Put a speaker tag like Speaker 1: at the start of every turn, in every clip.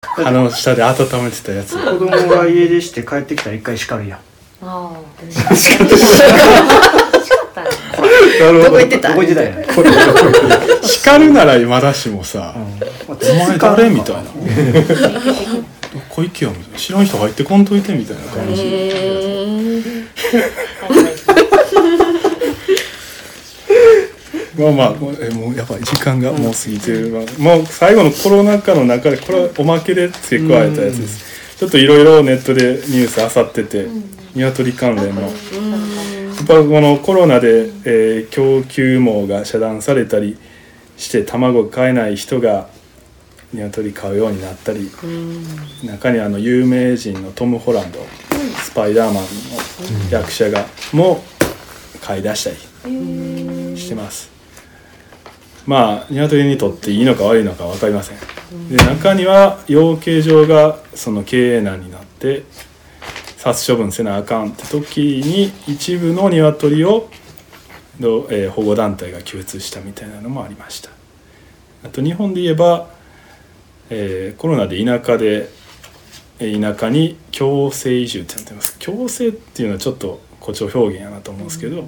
Speaker 1: 鼻の下で温めてたやつ
Speaker 2: 子供が家出して帰ってきたら一回叱るやん
Speaker 3: ああ私
Speaker 1: 仕方ない
Speaker 3: だったね
Speaker 1: なるほ
Speaker 4: ど
Speaker 1: ど
Speaker 4: こ行ってた
Speaker 2: どこ行ってたんやね
Speaker 1: これ叱るならまだしもさ
Speaker 2: うんまあ
Speaker 1: 「お前誰?」みたい な「どこ行けよ」みたいな「知らん人入ってこんといて」みたいな感じ
Speaker 4: え
Speaker 1: まあまあもうえもうやっぱ時間がもう過ぎてるわ、もう最後のコロナ禍の中でこれはおまけで付け加えたやつです、ちょっといろいろネットでニュースあさってて、鶏関連の。やっぱこのコロナで、えー供給網が遮断されたりして卵を買えない人が鶏買うようになったり中にあの有名人のトム・ホランド、スパイダーマンの役者がも買い出したりしてます。まあ鶏にとっていいのか悪いのか分かりません。で中には養鶏場がその経営難になって殺処分せなあかんって時に一部の鶏をどう、えー保護団体が救出したみたいなのもありましたあと日本で言えば、えーコロナで田舎でえー田舎に強制移住ってなってます強制っていうのはちょっと誇張表現やなと思うんですけど、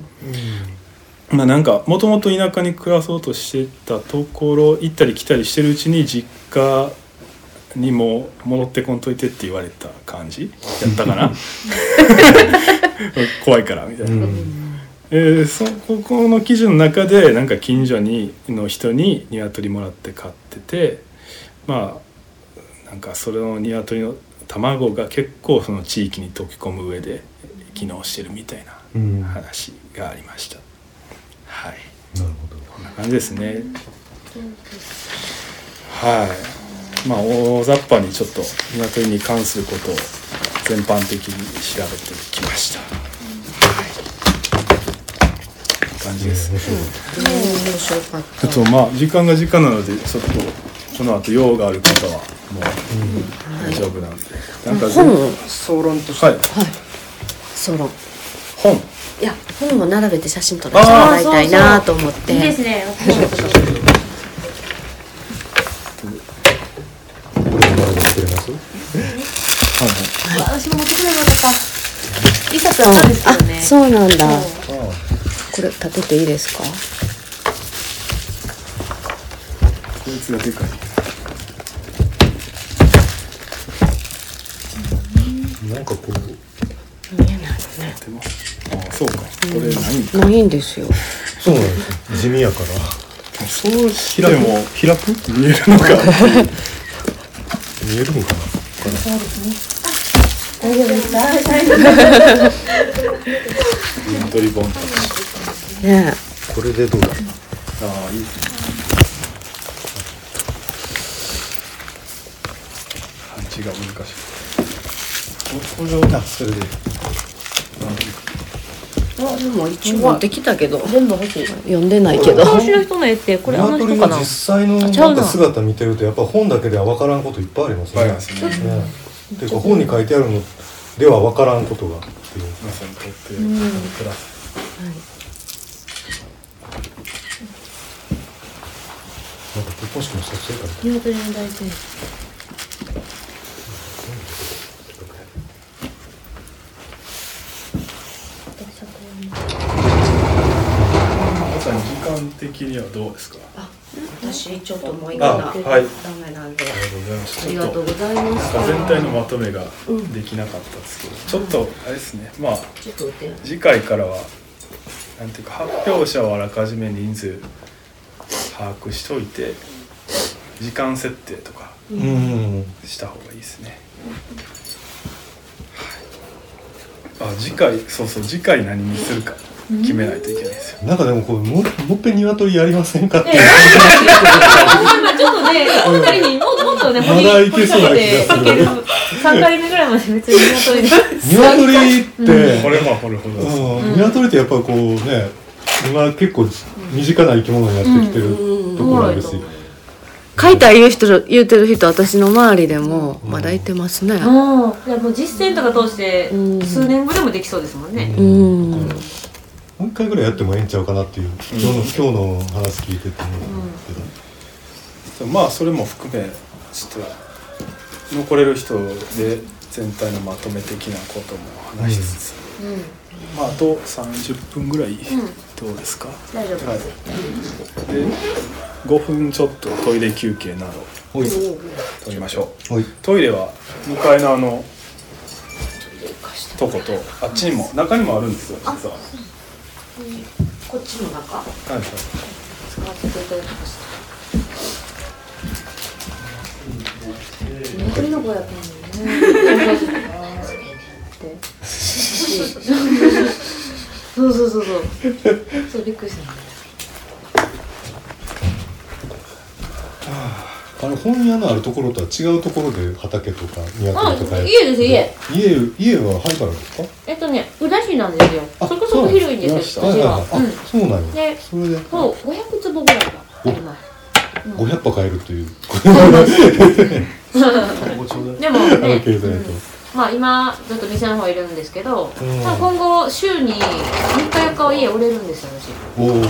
Speaker 1: まあなんかもともと田舎に暮らそうとしてたところ行ったり来たりしてるうちに実家にも戻ってこんといてって言われた感じやったかな怖いからみたいな、えーそここの記事の中でなんか近所にの人に鶏もらって飼っててまあなんかそれの鶏の卵が結構その地域に溶け込む上で機能してるみたいな話がありました、はい
Speaker 5: なるほど
Speaker 1: こんな感じですねはいまあ大雑把にちょっと鶏に関することを全般的に調べてきましたはいこんな感じです、
Speaker 4: 面白かっ
Speaker 1: あとまあ時間が時間なのでちょっとこの後用がある方はもう大丈夫なんで、なんか
Speaker 4: た
Speaker 1: 全
Speaker 4: 本
Speaker 1: はい
Speaker 4: を
Speaker 2: 総論として、
Speaker 4: ソロ
Speaker 1: 本
Speaker 4: いや本を並べて写真撮らせてもらいたいなと思って
Speaker 3: いいですね
Speaker 5: これからも作れます
Speaker 3: 私も持ってくればよかった一冊あったんですけどね
Speaker 4: あそうなんだ
Speaker 3: そ
Speaker 4: これ立てていいですか
Speaker 1: こいつがでかい
Speaker 5: なんかこう
Speaker 4: 見えないね
Speaker 1: でもああそうかこれ何か
Speaker 4: ないんですよ
Speaker 5: そうなんですよ地味やから
Speaker 1: そうしても開く見えるのか
Speaker 5: 見えるのかな
Speaker 1: 鶏本たち
Speaker 4: ね
Speaker 5: これでどうだ
Speaker 1: ああいいですね。配置が難しい。
Speaker 5: これをそれで
Speaker 4: えもう一応持ってきたけど全部欲しい読んでないけど
Speaker 3: う昔の人の絵ってこれあの人
Speaker 5: 鶏
Speaker 3: か
Speaker 5: の
Speaker 3: な
Speaker 5: 実際の
Speaker 3: ちゃ
Speaker 5: な
Speaker 3: うん
Speaker 5: か
Speaker 3: な
Speaker 5: 姿見てるとやっぱ本だけでは分からんこといっぱいありますね。
Speaker 1: いっぱいありますね
Speaker 5: ねていうか本に書いてあるのでは分からんことがっていう
Speaker 1: 皆さんにとってプラス。
Speaker 5: なんか結婚式の撮影会みたい
Speaker 3: 鶏の大事
Speaker 1: 皆さん時間的にはどうですか。
Speaker 4: 私ちょっともう一
Speaker 1: あはい
Speaker 4: ダメなんで
Speaker 1: りがとうございます。
Speaker 4: あ
Speaker 1: ち
Speaker 4: り
Speaker 1: ょ
Speaker 4: が
Speaker 1: っ
Speaker 4: と
Speaker 1: と
Speaker 4: うございま
Speaker 1: なん
Speaker 4: す
Speaker 1: か全体のまとめができなかったですけど、ちょっとあれですね。まあ
Speaker 4: ちょっと待って
Speaker 1: 次回からはなんていうか発表者をあらかじめ人数把握しといて時間設定とか
Speaker 5: な。うん。
Speaker 1: した方がいいですね。はいあ次回そうそう次回何にするか決めないといけないですよ。
Speaker 5: なんかでもこうももっぺん鶏やりませんかっていう。
Speaker 3: 今ちょっとねこの二人にももっとね
Speaker 5: まだいけそうな気がする
Speaker 3: 掘り下げて三回目ぐらいまで別に鶏で
Speaker 5: 鶏って、
Speaker 1: これはこれほどです。
Speaker 5: うん、鶏ってやっぱりこうね、今結構身近な生き物になってきてるところなんですよ。
Speaker 4: 書いた言う人言うてる人私の周りでもまだいてますね
Speaker 3: もういやもう実践とか通して
Speaker 4: うん
Speaker 3: 数年後でもできそうですもんね
Speaker 4: うんうん
Speaker 5: もう一回ぐらいやってもええんちゃうかなっていう、今日の今日の話聞いてて思うんですけど。
Speaker 1: まあそれも含めちょっと残れる人で全体のまとめ的なことも話しつつ、
Speaker 3: うん
Speaker 1: まあ、あと30分ぐらいどうですか、
Speaker 3: 大丈夫
Speaker 1: はい、で5分ちょっとトイレ休憩など
Speaker 5: おい
Speaker 1: 取りましょう
Speaker 5: おい
Speaker 1: トイレは向かいのあのとことあっちにも中にもあるんですよ実は
Speaker 3: こっちの中
Speaker 1: はいはい
Speaker 3: 使わせていただきました残りの子やったのにねってそうそうそうそうそうびっくりした
Speaker 5: あの本屋のあるところとは違うところで畑とか
Speaker 3: あ
Speaker 5: 鶏とかやっ
Speaker 3: 家です家
Speaker 5: 家家は灰原ですか
Speaker 3: えっとね宇田市なんですよ
Speaker 5: あ
Speaker 3: そこそこ広いんです
Speaker 5: そ
Speaker 3: よ
Speaker 5: うなん
Speaker 3: うちは
Speaker 5: ですはいはいはいあそうなんや
Speaker 3: ね
Speaker 5: それで
Speaker 3: そう500坪ぐらいはあります
Speaker 5: 500羽買えるという
Speaker 3: でも
Speaker 5: あの
Speaker 3: ね
Speaker 5: 経済と
Speaker 3: まあ今ずっと店の方いるんですけど、
Speaker 5: うん
Speaker 3: 多分今後週に3日4日は家売れるんですよ私
Speaker 5: おお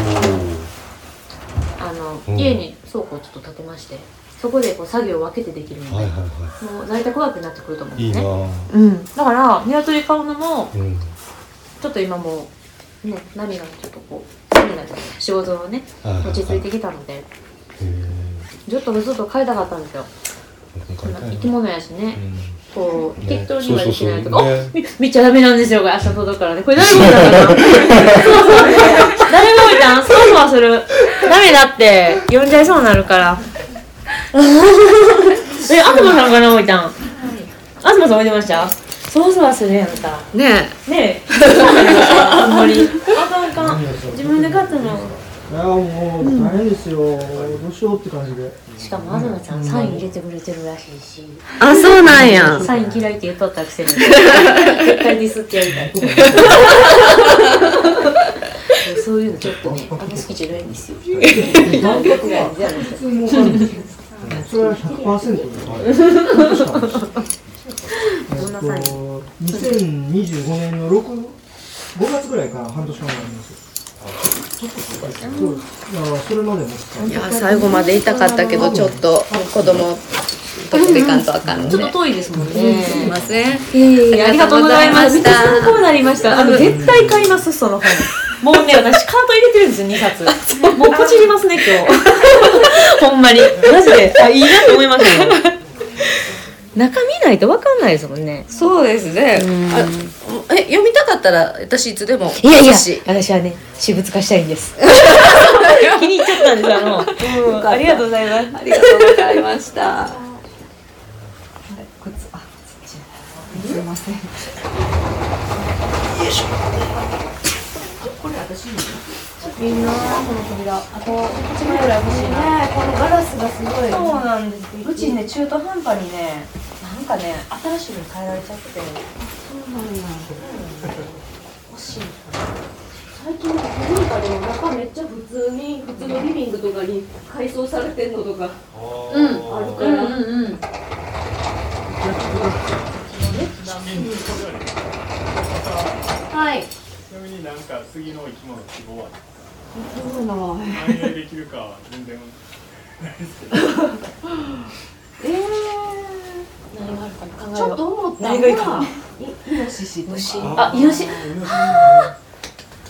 Speaker 3: あの、
Speaker 5: うん
Speaker 3: 家に倉庫をちょっと建てましてそこでこう作業を分けてできるので、
Speaker 5: はいはいは
Speaker 3: もう在宅ワークになってくると思うん
Speaker 5: いい
Speaker 3: で
Speaker 5: い
Speaker 3: す
Speaker 5: な
Speaker 3: ね
Speaker 5: あ
Speaker 4: うん
Speaker 3: だから鶏買うのも
Speaker 5: うん
Speaker 3: ちょっと今もうね波がちょっとこう波が仕事をね
Speaker 5: はいはいはい
Speaker 3: 落ち着いてきたので
Speaker 5: へ
Speaker 3: ちょっとずっと買いたかったんですよ
Speaker 5: え
Speaker 3: そんな生き物やしね、こう
Speaker 5: ね
Speaker 3: 適当にはできないとか
Speaker 5: そうそうそう
Speaker 3: おみ見ちゃダメなんですよこれ明日届くから ねこれ誰が置いたんだなそうそう誰が置いたんそわそわす るダメだって呼んじゃいそうになるから え東さんかな置いたん東さん置いてましたそわそわするやんか
Speaker 4: ね
Speaker 3: ねえ あんまりあかんあかん自分で買ったの
Speaker 6: いやもう大変ですよ、どうしようって感じで
Speaker 3: しかも東さんサイン入れてくれてるらしいし
Speaker 4: えあそうなんや
Speaker 3: サイン嫌いって言っとったく せに絶対ディスってやりたいそういうのちょっとねあんま好きじゃないん ですよ
Speaker 6: 万博は
Speaker 3: じゃあね
Speaker 6: 普通儲かるんですよそれは100%
Speaker 3: どんなサイン
Speaker 6: えっと2025年の6 5月ぐらいから半年間になりますそうだからそれまでも
Speaker 4: いや最後まで痛かったけどちょっと子供取っていかんとあかんの
Speaker 3: ちょっ
Speaker 4: ね
Speaker 3: と遠いですもんね
Speaker 4: すいません
Speaker 3: ええ
Speaker 4: ありがとうございまし
Speaker 3: めっ
Speaker 4: た
Speaker 3: ちゃ参考になりましたあの絶対買いますその本もうね私カート入れてるんですよ2冊 もうポチりますね今日ほんまにマジであいいなと思いましたもん中身ないと分かんないですもんね
Speaker 4: そうですねあえ読みたかったら私いつでも
Speaker 3: いやいや
Speaker 4: 私
Speaker 3: 私はね私物化したいんです 気に入っちゃったんですあの、ありがとうございます
Speaker 4: ありがとうございました
Speaker 3: いいなあこの扉あと1枚ぐらい欲しいなねこのガラスがすごいそうなんですうちね中途半端にねなんかね新しいの変えられちゃってそうなんだ欲しい
Speaker 7: 最近なんかでも中めっちゃ普通に普通のリビングとかに改装されてんのとか
Speaker 3: うん
Speaker 7: あるか
Speaker 3: うん
Speaker 7: ら、
Speaker 3: うんうんはい
Speaker 1: ちなみになんか次の生き物希望は反映できるかは全然
Speaker 7: えー、
Speaker 3: 何があるかな考え
Speaker 7: ちょっと思ったのがイイノシシとか
Speaker 3: あイノシ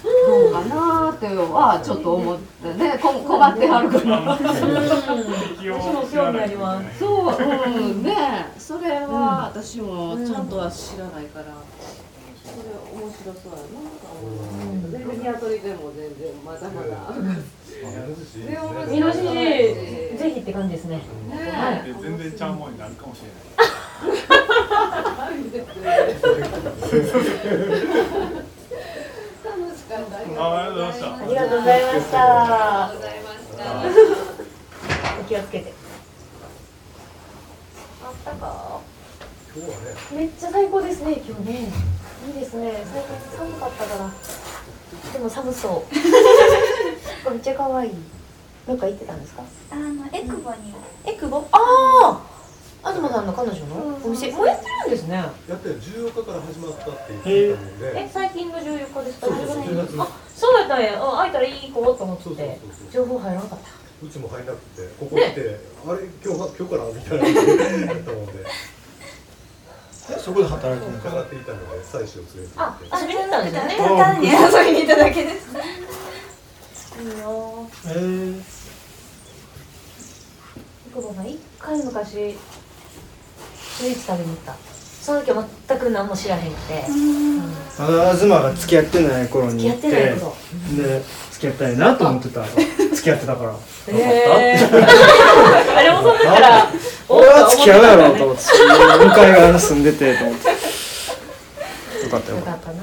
Speaker 7: どうかなーってはちょっと思ったねこ困ってはる から
Speaker 1: 適応
Speaker 3: 私も興味あります
Speaker 7: そううんねそれは私もちゃんとは知らないから、それ面白そうやなと思うニワトリでも全然まだまだ
Speaker 3: イノシシぜひって感じですね
Speaker 7: ね
Speaker 1: 全然ちゃうもんになるかもしれない
Speaker 7: 楽しかったあり
Speaker 1: あありがとうございました
Speaker 3: ありがとうございました
Speaker 7: がとうございました
Speaker 3: お気をつけてあったかめっちゃ最高ですね今日ねいいですね最近寒かったからでも寒そう めっちゃ可愛いどっか行ってたんですか
Speaker 8: あのエクボに
Speaker 3: え久保ああ東さんの彼女のお店もうやってるんですね
Speaker 5: やって14日から始まったって言
Speaker 6: ってた
Speaker 5: ので
Speaker 3: え最近の14日ですか
Speaker 5: そうそうそう
Speaker 3: 14日あそうやったんやあ会えたらいい子と思って
Speaker 5: そうそうそうそ
Speaker 3: 情
Speaker 5: う
Speaker 3: 報入らなかった
Speaker 5: うちも入らなくてここ来て、あれ今日は今日からみたいなことだったもんで
Speaker 6: そこで働いてるんです
Speaker 5: 伺っていたので妻子を連れて行って
Speaker 3: 遊びに行ったんですよね
Speaker 7: 単に遊びに行っただけです。 いいよ。
Speaker 6: えー、
Speaker 3: 久保が一回昔スイーツ食べに行ったその時は全く何も知らへんくて
Speaker 6: まだ東が付き合ってない頃に
Speaker 3: や
Speaker 6: 行
Speaker 3: っ
Speaker 6: って
Speaker 3: てないこと
Speaker 6: で付き合ったいなと思って たら付き合ってたから
Speaker 3: ええー、あれもその時から
Speaker 6: 俺は付き合うやろうと思って向かい側に住んでてと思ってよかったよ
Speaker 3: よ
Speaker 6: か
Speaker 3: か
Speaker 6: っ
Speaker 3: ったな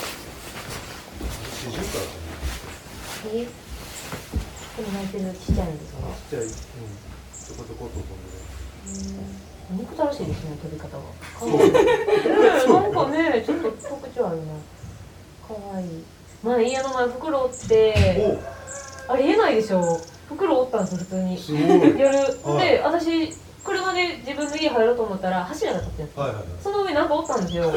Speaker 5: 四十からかな
Speaker 3: えでも泣いてるちっちゃいんですよね
Speaker 5: じゃあ、うん、ちょこちょことこ
Speaker 3: 憎たらしいですね飛び方が なんかねちょっと特徴あるなかわいい前家の前袋おっ
Speaker 5: の
Speaker 3: て
Speaker 5: お
Speaker 3: ありえないでしょ袋おったんですよ普通に
Speaker 5: すごいはい
Speaker 3: 夜
Speaker 5: はい
Speaker 3: で私車で自分の家入ろうと思ったら柱が立ってる
Speaker 5: はいはい
Speaker 3: その上なんかおったんです よ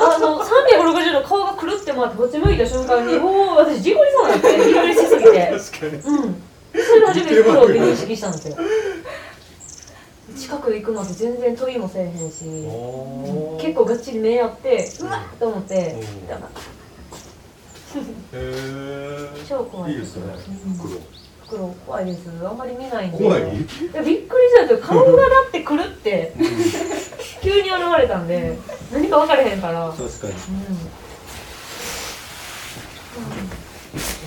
Speaker 3: あの360度顔がくるって回ってこっち向いた瞬間にもう私事故りそうになってびっくりしすぎて
Speaker 5: 確かに
Speaker 3: うんそれで初めて袋を認識したんですよ近く行くまで全然問いもせえへんし
Speaker 5: おー
Speaker 3: 結構がっちり目合ってうわっと思って
Speaker 5: おー
Speaker 3: だから
Speaker 5: へー
Speaker 3: 超怖い
Speaker 5: いいですね黒
Speaker 3: 袋怖いですあんまり見ないんで
Speaker 5: 怖い
Speaker 3: いやびっくりしたんですよ顔がだってくるって急に現れたんで何か分かれへんから、うん、
Speaker 5: 確かに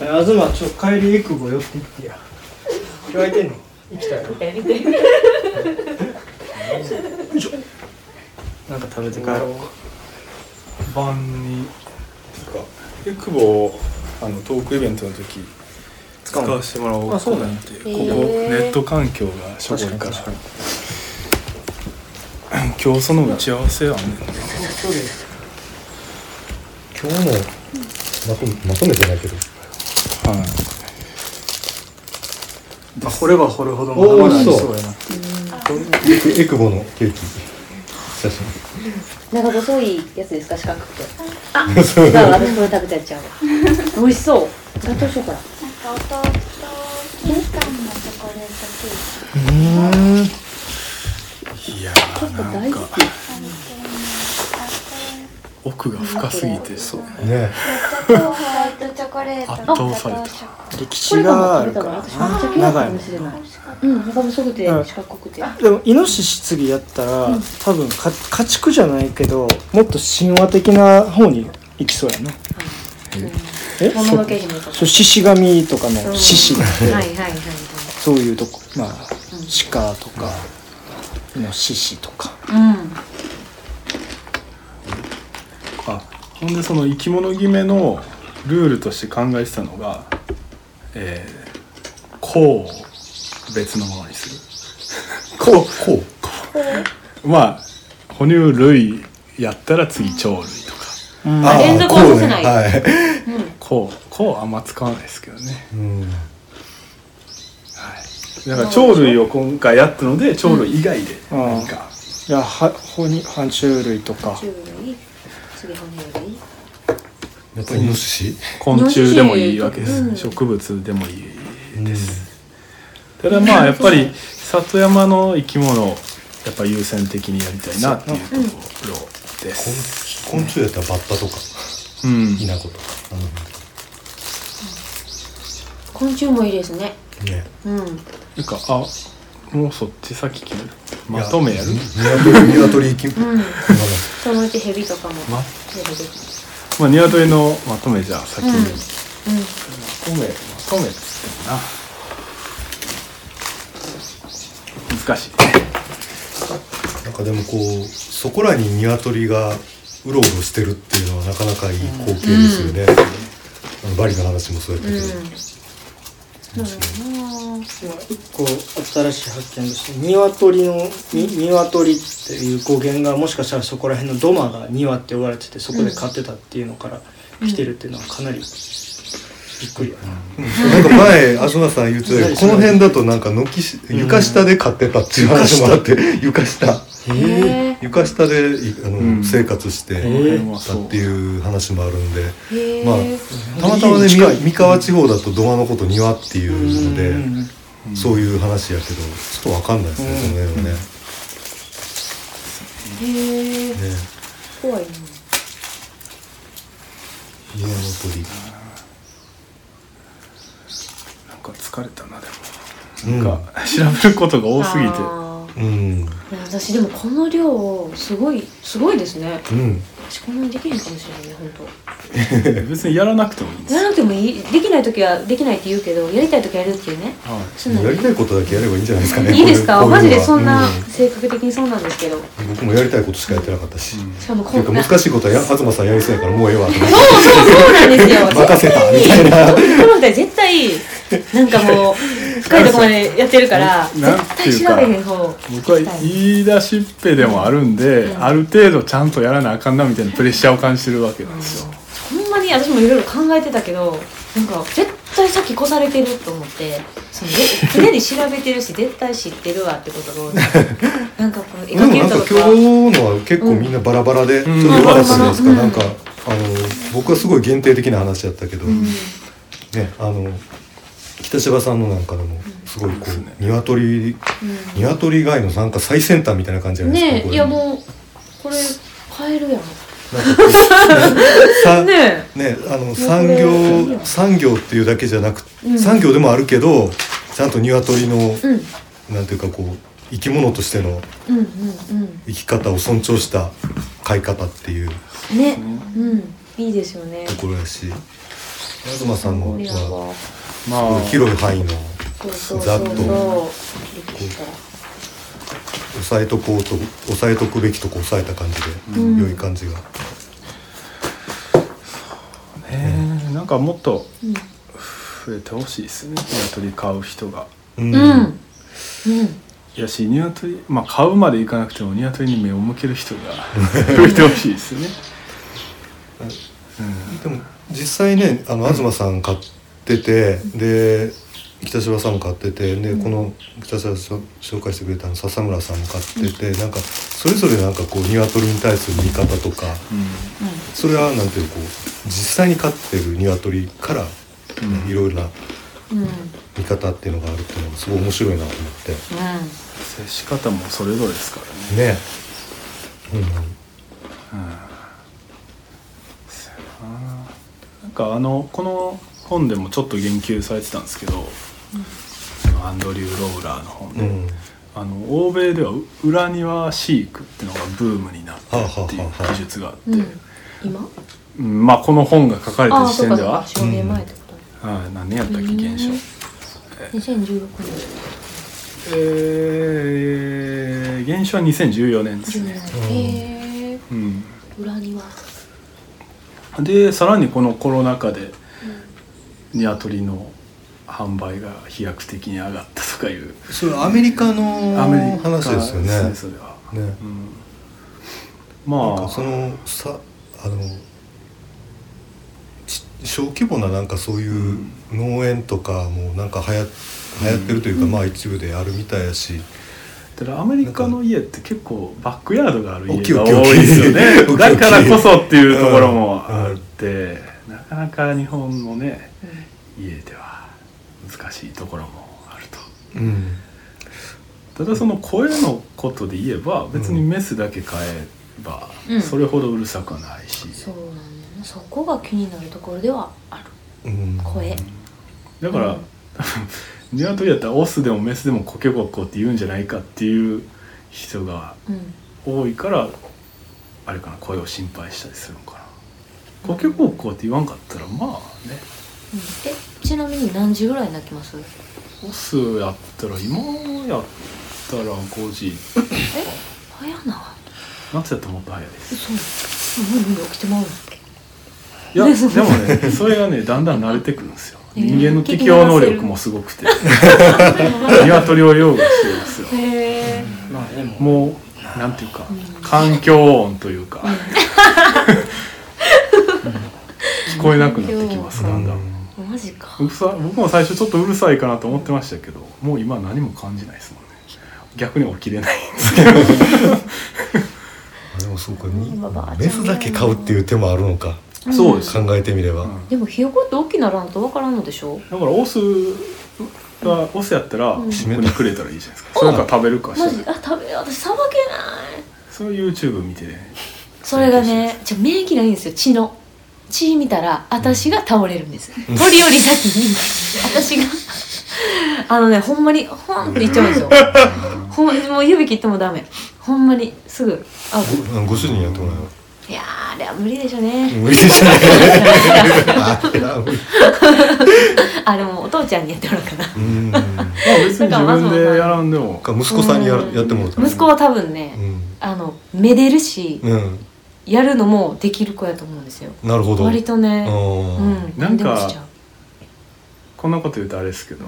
Speaker 6: た東ちょっと帰りエクボ寄って行ってや今日空いてんの行きたい
Speaker 3: 見て見て
Speaker 6: なんか食べて帰ろう
Speaker 1: 晩にえ久保あのトークイベントの時使わせてもらおう
Speaker 6: あそう
Speaker 1: な
Speaker 6: だ
Speaker 1: ん
Speaker 6: ね
Speaker 1: てここ
Speaker 4: へ
Speaker 1: ネ
Speaker 4: ー
Speaker 1: ット環境がしょぼいから
Speaker 6: 確かに
Speaker 1: 今日その打ち合わせあんねんな
Speaker 5: 今日もまとめまとめてないけど
Speaker 1: はい
Speaker 6: まあ、掘れば掘るほど
Speaker 5: おー
Speaker 6: まだまだあり
Speaker 5: そう
Speaker 6: そうやな
Speaker 5: エクエクボのケーキ写真
Speaker 4: なんか細いやつですか四角くてあだから私これ食べたやっちゃうわ美味しそうガトーショコラ
Speaker 8: なんか弟とみかんのチョコレートケーキ
Speaker 1: いや
Speaker 4: チョ
Speaker 1: ー
Speaker 4: コ
Speaker 1: な
Speaker 4: 大
Speaker 1: ん
Speaker 4: 好
Speaker 1: か
Speaker 4: き
Speaker 8: 食べて
Speaker 1: 奥が深すぎてそう
Speaker 5: ね
Speaker 8: みのとホワイトチョコレートの
Speaker 1: 圧倒された
Speaker 8: ガトーショ
Speaker 6: 歴
Speaker 8: コ
Speaker 4: これ
Speaker 6: 史
Speaker 4: かも
Speaker 6: があ
Speaker 4: 食
Speaker 6: る
Speaker 4: べ
Speaker 6: か
Speaker 4: たから
Speaker 6: ら
Speaker 4: 私めっち
Speaker 6: な
Speaker 4: ゃ嫌い
Speaker 6: 長
Speaker 4: か
Speaker 6: い
Speaker 4: も
Speaker 6: も
Speaker 4: しれない
Speaker 8: 美味しかっ
Speaker 4: う
Speaker 8: た
Speaker 4: ん他細くて
Speaker 6: うん
Speaker 4: 四角くて
Speaker 6: でもイノシシ次やったら、多分か家畜じゃないけどもっと神話的な方に行きそうやなえ
Speaker 4: もののけ姫とか
Speaker 6: そう獅子神とかの獅子
Speaker 4: はいはいはいはい
Speaker 6: そういうとこまあ鹿とかイノシシとか
Speaker 1: あほんでその生き物決めのルールとして考えてたのがえー、こう別のものにするこうこうこうまあ哺乳類やったら次鳥類とか
Speaker 6: うん
Speaker 5: あー
Speaker 4: 連続はさせない
Speaker 5: こうねはい
Speaker 1: こうこうあんま使わないですけどね
Speaker 5: うん
Speaker 1: だから鳥類を今回やったので鳥類以外で
Speaker 6: うん
Speaker 1: 何か、
Speaker 6: いやは哺乳爬虫類とか
Speaker 4: 中類次哺乳類
Speaker 5: やっぱりイノシシ
Speaker 1: 昆虫でもいいわけです、
Speaker 4: うん
Speaker 1: 植物でもいい
Speaker 5: です
Speaker 1: ただまあやっぱり里山の生き物をやっぱ優先的にやりたいなっていうところです。
Speaker 5: 昆虫やったらバッタとか
Speaker 1: うん、
Speaker 5: イナコとかあの辺
Speaker 4: 昆虫もいいですね
Speaker 5: ね
Speaker 4: うん
Speaker 1: なんかあもうそっち先決めるまとめやる
Speaker 5: い鶏鶏行き
Speaker 4: うん
Speaker 5: 今の
Speaker 4: そのうち蛇とかも
Speaker 1: ま
Speaker 4: 出てくる
Speaker 1: まあ鶏のまとめじゃあ先に、
Speaker 4: うん
Speaker 1: まとめまとめっつってもな難しい
Speaker 5: なんかでもこうそこらに鶏がうろうろしてるっていうのはなかなかいい光景ですよね、あのバリの話もそうやったけど、
Speaker 6: 一個新しい発見として鶏のに鶏っていう語源がもしかしたらそこら辺の土間が庭って呼ばれててそこで飼ってたっていうのから来てるっていうのはかなりびっくりやな
Speaker 5: なんか前、阿蘇さん言ってたけど、この辺だとなんか軒し、床下で買ってたっていう話もあって、床下。
Speaker 3: へ
Speaker 5: 床下で、いあの、
Speaker 1: うん
Speaker 5: 生活して
Speaker 1: ー
Speaker 5: たっていう話もあるんで、
Speaker 3: え
Speaker 5: まあたまたまね、
Speaker 6: 家に近い
Speaker 5: み三河地方だと土間のこと庭っていうので、
Speaker 6: うん
Speaker 5: そういう話やけど、ちょっとわかんないですね、その辺はね。
Speaker 3: へえ
Speaker 5: ね
Speaker 3: 怖いな
Speaker 5: 庭の鳥。
Speaker 1: なんか疲れたなで
Speaker 5: うん
Speaker 1: も、なんか調べることが多すぎて
Speaker 3: あ
Speaker 5: うん。
Speaker 3: ーいや私でもこの量をすごいすごいですね
Speaker 5: うん。
Speaker 3: 私こんなにできへんかもしれないね本当
Speaker 1: 別にやらなくてもいいんです
Speaker 3: やらなくてもいいできない時はできないって言うけどやりたい時はやるっていうね
Speaker 1: はい
Speaker 3: そうなん
Speaker 5: や
Speaker 3: で
Speaker 5: り
Speaker 3: す
Speaker 5: たいことだけやればいいんじゃないですかね。
Speaker 3: いいです
Speaker 5: こ
Speaker 3: か
Speaker 5: ういう
Speaker 3: マジで
Speaker 5: こう
Speaker 3: そ
Speaker 5: いうんのは
Speaker 3: な性格的にそうなんですけど
Speaker 5: うん僕もやりたいことしかやってなかったし。
Speaker 3: しかも
Speaker 5: って
Speaker 3: こ
Speaker 5: いうか
Speaker 3: うな
Speaker 5: 難しいことはや東さんやりそうやからもうええわと思って
Speaker 3: そうなんですよ
Speaker 5: 任せたみたいな。
Speaker 3: この人絶対なんかもう深いところまでやってるから
Speaker 1: なん
Speaker 3: 絶
Speaker 1: て
Speaker 3: 対
Speaker 1: いう
Speaker 3: 調
Speaker 1: か
Speaker 3: べへん方
Speaker 1: 僕は言い出しっぺでもあるんで、ある程度ちゃんとやらなあかんなみたいなプレッシャーを感じてるわけなんですよ、
Speaker 3: ほんまに私もいろいろ考えてたけどなんか絶対さっき越されてると思ってそので常に調べてるし絶対知ってるわってことが多いなんかこの絵
Speaker 5: でも
Speaker 3: 描ける
Speaker 5: なんか
Speaker 3: と
Speaker 5: 今
Speaker 3: か
Speaker 5: 日のは結構みんなバラバラで、ちょっと良かったじゃないですか、
Speaker 3: うん
Speaker 5: なんかあの僕はすごい限定的な話だったけど、ねあの北芝さんのなんかでもすごいこう鶏、鶏街のなんか最先端みたいな感じじゃない
Speaker 3: ねえ
Speaker 5: ですか、これ
Speaker 3: いやもうこれ買えるやん
Speaker 5: なんかこうさ
Speaker 3: ね
Speaker 5: ね、あの産業産業っていうだけじゃなく、産業でもあるけどちゃんと鶏の、
Speaker 3: うん
Speaker 5: なんていうかこう生き物としての
Speaker 3: うんうん
Speaker 5: 生き方を尊重した飼い方っていう
Speaker 3: うんねうんいいですよね
Speaker 5: ところやし東さんの
Speaker 3: これ
Speaker 5: は
Speaker 3: は
Speaker 1: まあ
Speaker 5: 広い範囲の
Speaker 3: そうそう
Speaker 5: ざ
Speaker 3: そ
Speaker 5: っ
Speaker 3: う
Speaker 5: と
Speaker 3: そうびっくりした
Speaker 5: 抑えとこうと抑えとくべきとこ抑えた感じで、
Speaker 3: うん
Speaker 5: 良い感じが
Speaker 1: ねなんかもっと
Speaker 3: ん
Speaker 1: 増えてほしいですね鶏飼う人が
Speaker 5: うん
Speaker 3: うんうん
Speaker 1: いやし鶏まあ飼うまでいかなくても鶏に目を向ける人が増えてほしいですね
Speaker 5: でも実際ねあの東さん買ってて、で北芝さんも買っててで、この北芝さん紹介してくれたあの笹村さんも買ってて、なんかそれぞれなんかこう鶏に対する見方とか、それはなんていうかこう実際に飼ってる鶏から、ねいろいろな
Speaker 3: うん
Speaker 5: 見方っていうのがあるっていうのがすごい面白いなと思って
Speaker 1: 接し方もそれぞれですからね
Speaker 5: ねうん
Speaker 1: なんかあのこの本でもちょっと言及されてたんですけど、あのアンドリュー・ローラーの本で、
Speaker 5: うん
Speaker 1: あの欧米ではう裏庭飼育っていうのがブームになってるってい
Speaker 5: は
Speaker 1: う
Speaker 5: あはあはあ
Speaker 1: 技術があって、
Speaker 3: うん今
Speaker 1: うんまあこの本が書かれて
Speaker 3: あ
Speaker 1: る
Speaker 3: あ
Speaker 1: 時
Speaker 3: そう
Speaker 1: 点で
Speaker 3: かそうか
Speaker 1: は、
Speaker 3: 証明前ってこと
Speaker 1: はい、何年やったっけ現象
Speaker 3: 2016
Speaker 1: えー、現象は2014年です
Speaker 3: 年
Speaker 1: ね、
Speaker 3: へえ
Speaker 1: うん、
Speaker 3: 裏庭
Speaker 1: でさらにこのコロナ禍でニワトリの販売が飛躍的に上がったとかいう
Speaker 5: それアメリカ
Speaker 1: アメ
Speaker 5: の
Speaker 1: リカ
Speaker 5: 話ですよね。
Speaker 1: それはう
Speaker 5: ね
Speaker 1: ん
Speaker 5: なん
Speaker 1: ま
Speaker 5: かそ
Speaker 1: あ
Speaker 5: のさあのち小規模ななんかそういう農園とかもなんかはや流行ってるというか、まあ一部であるみたいやし、
Speaker 1: だからアメリカの家って結構バックヤードがある
Speaker 5: 大きい
Speaker 1: 家が
Speaker 5: 大
Speaker 1: 多
Speaker 5: きい
Speaker 1: いですよ
Speaker 5: 大きい大き
Speaker 1: ね
Speaker 5: い
Speaker 1: だからこそっていうところもあってなかなか日本のね家では難しいところもあると
Speaker 5: うん、
Speaker 1: ただその声のことで言えば別にメスだけ飼えば
Speaker 3: うん
Speaker 1: それほどうるさくはないし、
Speaker 3: そうなんだよそこが気になるところではある
Speaker 5: うん、
Speaker 3: 声
Speaker 1: だから、 ニワトリやったらオスでもメスでもコケコッコって言うんじゃないかっていう人が
Speaker 3: うん
Speaker 1: 多いからあれかな声を心配したりするのかなコケコッコって言わんかったらまあね
Speaker 3: うんえちなみに何時ぐらいに泣きます
Speaker 1: オスやったら今やったら5時
Speaker 3: 早な
Speaker 1: 夏やったらもっと早いです
Speaker 3: 嘘無理無理起きてまうの
Speaker 1: いやでもねそれがねだんだん慣れてくるんですよ
Speaker 3: えー
Speaker 1: 人間の適応能力もすごくて鶏を擁護してるんですよ
Speaker 3: へえ
Speaker 6: まあでも
Speaker 1: もうなんていうか環境音というか 聞こえなくなってきますだんだん
Speaker 5: う
Speaker 9: マジか
Speaker 1: うるさ僕も最初ちょっとうるさいかなと思ってましたけどもう今は何も感じないですもんね逆に起きれないんですけど
Speaker 5: あでもそうかにメスだけ買うっていう手もあるのか
Speaker 1: そうで
Speaker 5: 考えてみれば、
Speaker 1: うん
Speaker 9: でもひよこって大きならんとわからんのでしょ
Speaker 1: だからオスがオスやったら
Speaker 9: うん
Speaker 1: 僕にくれたらいいじゃないですかそれか食べるかし
Speaker 9: マ
Speaker 1: ら
Speaker 9: ジあ食べ私さばけない
Speaker 1: それ YouTube 見てね
Speaker 9: それがねじゃあ免疫ないんですよ血の血見たら私が倒れるんです鳥より先 に私があのねほんまにほんって言っちゃうんですよほんもう指切ってもダメほんまにすぐアウト
Speaker 5: ごご主人やってもらう
Speaker 9: いやーあれは無理でしょうね
Speaker 5: 無理でしょうね あいや無理
Speaker 9: あでもお父ちゃんにやってもらおうかな
Speaker 5: うんな
Speaker 1: まあ別に自分でやらんでも
Speaker 5: んか息子さんにやるやってもらったら
Speaker 9: 息子は多分ね、あのめでるし、
Speaker 5: うん、うん、
Speaker 9: やるのもできる子やと思うんですよ
Speaker 5: なるほど
Speaker 9: 割とねう
Speaker 5: うん
Speaker 9: ん
Speaker 1: なんか
Speaker 9: 何でもしちゃう
Speaker 1: こんなこと言うとあれですけど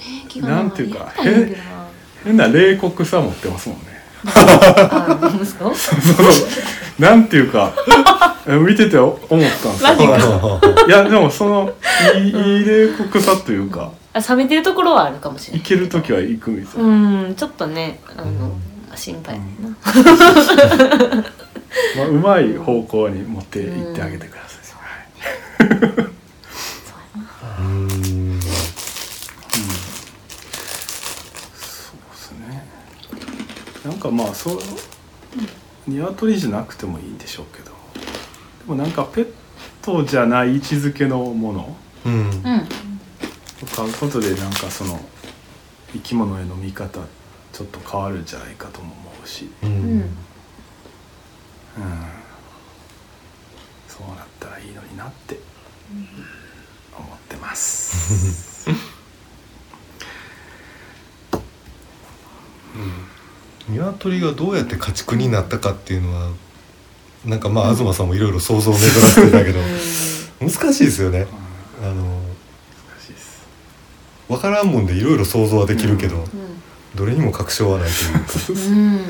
Speaker 9: 免疫がない
Speaker 1: なんていうか
Speaker 9: やったらいいけどな
Speaker 1: 変な冷酷さ持ってますもんね
Speaker 9: あ 息子
Speaker 1: なんていうか え見てて思ったんですよ いやでもそのいいいい冷酷さというか
Speaker 9: あ冷めてるところはあるかもしれ
Speaker 1: 行
Speaker 9: ない
Speaker 1: ける時は行くみたいな、
Speaker 9: うんちょっとねあの、心配やな、
Speaker 1: まあ、うまい方向に持って行ってあげてください、はい
Speaker 5: うん
Speaker 1: そうですねなんかまあそう鶏じゃなくてもいいでしょうけどでもなんかペットじゃない位置づけのもの
Speaker 5: うん
Speaker 9: う
Speaker 1: を
Speaker 9: ん
Speaker 1: 買うことでなんかその生き物への見方ちょっと変わるんじゃないかとも思うし
Speaker 5: う
Speaker 9: うんん
Speaker 1: うんそうなったらいいのになって思ってます。
Speaker 5: 鶏がどうやって家畜になったかっていうのはなんかまあ東さんもいろいろ想像を巡らせてたけど難しいですよねあの
Speaker 1: 難しいです
Speaker 5: 分からんもんでいろいろ想像はできるけど、どれにも確証はないというか
Speaker 9: うん
Speaker 5: だ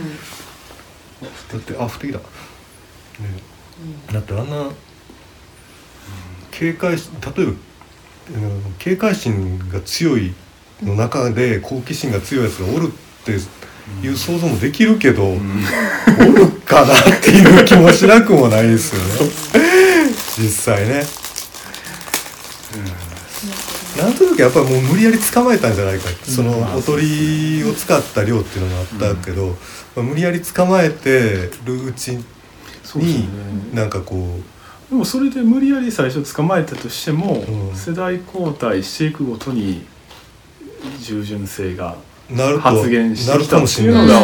Speaker 5: ってあ不敵だ、ねだってあんな、警戒し例えばうん警戒心が強いの中で好奇心が強いやつがおるっていう想像もできるけど、おるかなっていう気もしなくもないですよね 実際ね。なんとなくやっぱりもう無理やり捕まえたんじゃないかって、そのおとりを使った量っていうのがあったけど、まあ、無理やり捕まえてるうち
Speaker 1: そうですね
Speaker 5: になんかこう
Speaker 1: でもそれで無理やり最初捕まえたとしても、
Speaker 5: うん
Speaker 1: 世代交代していくごとに従順性が
Speaker 5: なると
Speaker 1: 発現して
Speaker 5: なる
Speaker 1: きた
Speaker 5: かも
Speaker 1: って
Speaker 5: し
Speaker 1: い
Speaker 5: れ
Speaker 1: う
Speaker 5: な
Speaker 1: の
Speaker 5: い
Speaker 1: が